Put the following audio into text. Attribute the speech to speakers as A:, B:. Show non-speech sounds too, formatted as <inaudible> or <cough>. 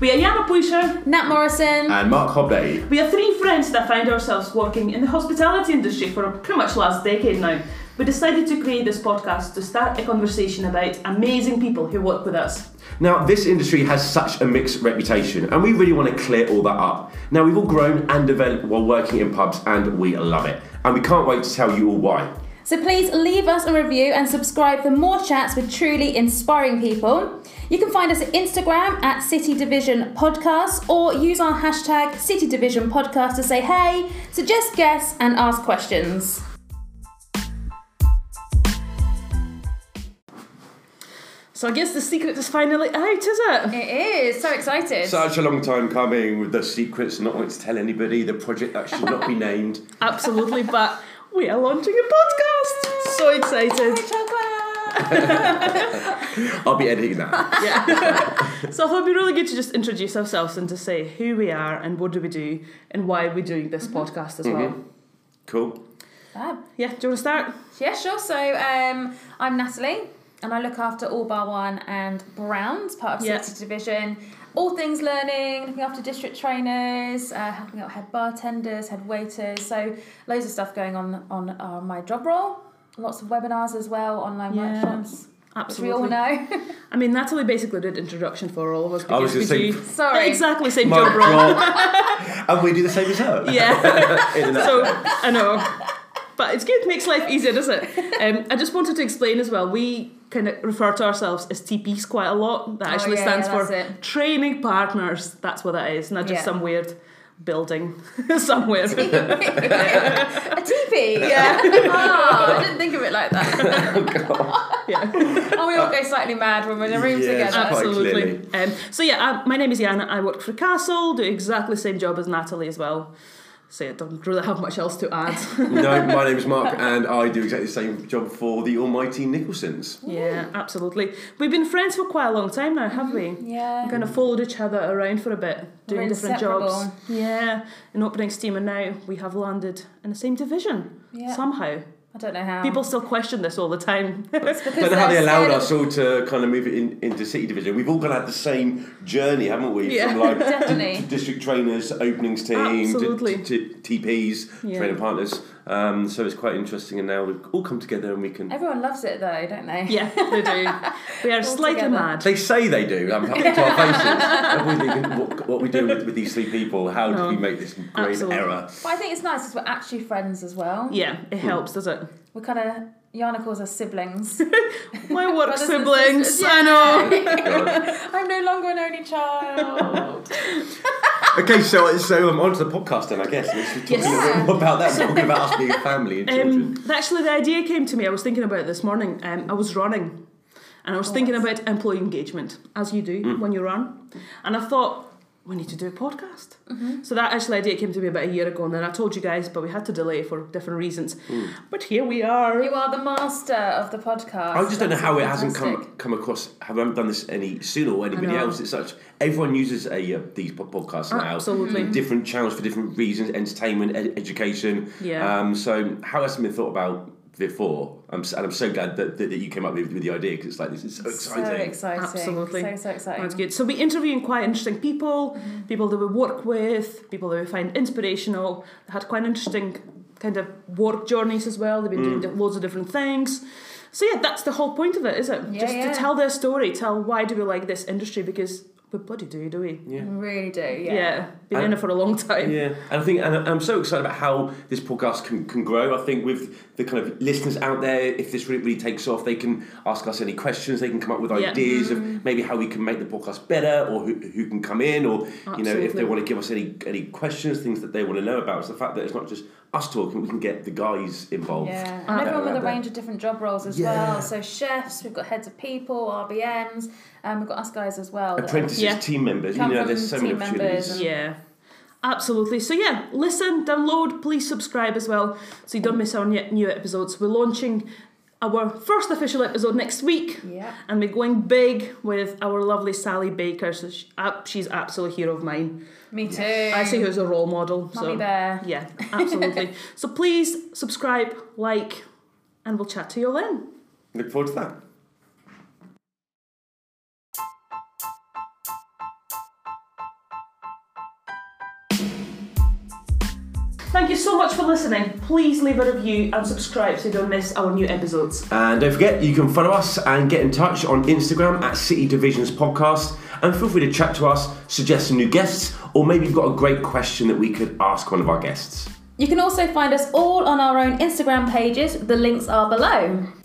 A: We are Yana Puisher.
B: Nat Morrison.
C: And Mark Hobday.
A: We are three friends that find ourselves working in the hospitality industry for pretty much last decade now. We decided to create this podcast to start a conversation about amazing people who work with us.
C: Now, this industry has such a mixed reputation, and we really want to clear all that up. Now, we've all grown and developed while working in pubs, and we love it. And we can't wait to tell you all why.
B: So please leave us a review and subscribe for more chats with truly inspiring people. You can find us at Instagram at City Division Podcast or use our hashtag City Division Podcast to say hey, suggest guests, and ask questions.
A: So I guess the secret is finally out, is it?
B: It is so excited.
C: Such a long time coming with the secrets, not wanting to tell anybody, the project that should not be named.
A: Absolutely, <laughs> but we are launching a podcast. So excited.
C: I'll be editing that.
A: Yeah. <laughs> so I thought it'd be really good to just introduce ourselves and to say who we are and what do we do and why we're doing this podcast as well.
C: Cool.
A: Yeah, do you want to start?
B: Yeah, sure. So um, I'm Natalie, and I look after All Bar One and Browns, part of
A: Yeah.
B: City Division. All things learning, looking after district trainers, uh, helping out head bartenders, head waiters. So loads of stuff going on on uh, my job role. Lots of webinars as well, online
A: Yeah,
B: workshops. Which we
A: Absolutely.
B: all know. <laughs>
A: I mean, Natalie basically did introduction for all of us.
C: I was
A: because
C: gonna
A: we
C: say-
A: do-
B: <laughs> Sorry.
A: Exactly same
C: My
A: job role.
C: God.
A: <laughs>
C: and we do the same as her. <laughs>
A: Yeah.
C: In that.
A: so I know, but it's good. Makes life easier, doesn't it? Um, I just wanted to explain as well. We kind of refer to ourselves as TPs quite a lot. That
B: Oh,
A: actually
B: yeah,
A: stands
B: yeah,
A: for
B: that's it.
A: training partners. That's what that is, not just
B: Yeah.
A: some weird building <laughs> somewhere.
B: <laughs> a teepee.
A: Yeah.
B: <laughs> Ah, I didn't think of it like <laughs> that.
A: <laughs> yeah,
B: Oh, we all go slightly mad when we're in the rooms
C: Yeah,
B: together.
C: quite
A: absolutely.
C: clearly.
A: Um, so yeah, I, my name is Yana. I work for Castle. Do exactly the same job as Natalie as well. So yeah, don't really have much else to add.
C: no, my name is Mark, and I do exactly the same job for the almighty Nicholsons.
A: yeah, absolutely. We've been friends for quite a long time now, have we?
B: Yeah.
A: kind of followed each other around for a bit, doing
B: Mm-hmm. We're
A: different jobs. Yeah, an opening team, and now we have landed in the same division
B: Yeah.
A: somehow.
B: I don't know how.
A: People still question this all the
B: <laughs>
A: time.
C: I don't know how they
B: they're
C: allowed
B: scared of-
C: us all to kind of move it in, into City Division. We've all kind of had the same journey, haven't we?
A: Yeah.
C: From like
B: Definitely. <laughs>
C: d- district trainers, openings team, to-
A: Absolutely.
C: to- TPs,
A: Yeah.
C: trainer partners. Um, so it's quite interesting, and now we've all come together and we can.
B: Everyone loves it though, don't they?
A: <laughs> yeah, they do. We are slightly
B: together.
A: mad.
C: They say they do. I'm
A: <laughs>
C: happy to our faces. and we're thinking, what, what we do with, with these three people? How
A: No.
C: did we make this grave
A: Oh, Absolutely. <laughs>
C: error?
B: But I think it's nice because we're actually friends as well.
A: Yeah, it helps, does it?
B: We're kind of Yana calls us siblings. <laughs>
A: My work
B: Brothers and
A: siblings,
B: sisters,
A: I know.
C: God.
B: I'm no longer an
A: <laughs>
B: only child.
C: Okay, so so um, on to the podcast then, I guess. Let's talk
A: Yes.
C: a little bit more about
A: <laughs>
C: that. Talking about us being family and children.
A: Um, actually, the idea came to me. I was thinking about it this morning. Um, I was running, and I was thinking about employee engagement, as you do when you run. And I thought we need to do a podcast. So that actually idea came to me about a year ago, and then I told you guys, but we had to delay for different reasons. But here we are.
B: you are the master of the podcast.
C: I just don't know how it hasn't
B: Fantastic.
C: come come across. Haven't done this any sooner or anybody
A: know.
C: else. It's such everyone uses a uh, these po- podcasts now.
A: Absolutely.
C: In different channels for different reasons: entertainment, ed- education.
A: Yeah.
C: Um, so how hasn't been thought about before? I'm, s- and I'm so glad that, that, that you came up with, with the idea because it's like this is so exciting.
B: So exciting.
A: Absolutely.
B: So, so exciting.
A: That's good. So we interviewing quite interesting people,
B: Mm-hmm.
A: people that we work with, people that we find inspirational. They had quite interesting kind of work journeys as well. They've been doing
B: Mm.
A: di- loads of different things. So yeah, that's the whole point of it, is it?
B: Yeah,
A: Just
B: yeah.
A: to tell their story, tell why do we like this industry because we bloody do, do we?
B: We really do, yeah.
A: Yeah, been in
C: And-
A: it for a long time.
C: Yeah, and I think, and I'm so excited about how this podcast can, can grow. I think with the kind of listeners out there, if this really, really takes off, they can ask us any questions. They can come up with
A: Yeah.
C: ideas
B: Mm.
C: of maybe how we can make the podcast better, or who, who can come in, or you know, if
A: Absolutely.
C: they want to give us any any questions, things that they want to know about. It's the fact that it's not just us talking; we can get the guys involved.
B: Yeah,
C: that
B: and
C: are
B: everyone
C: out
B: with a
C: there.
B: range of different job roles as
C: Oh, Yeah.
B: well. So chefs, we've got heads of people, RBMs, and we've got us guys as well. that-
C: Apprentices,
A: Yeah.
C: team members, you
B: Come
C: know,
B: from
C: there's so many
B: team members
C: opportunities.
B: and-
A: Yeah. Absolutely. So yeah, listen, download, please subscribe as well, so you don't miss our ne- new episodes. We're launching our first official episode next week.
B: Yeah.
A: And we're going big with our lovely Sally Baker. So she, ab- she's absolute hero of mine.
B: Me too.
A: I see her as a role model.
B: Mummy
A: so
B: bear.
A: yeah, absolutely. so please subscribe, like, and we'll chat to you all then.
C: Look forward to that.
A: Thank you so much for listening. Please leave a review and subscribe so you don't miss our new episodes.
C: And don't forget, you can follow us and get in touch on Instagram at City Divisions Podcast. And feel free to chat to us, suggest some new guests, or maybe you've got a great question that we could ask one of our guests.
B: You can also find us all on our own Instagram pages. The links are below.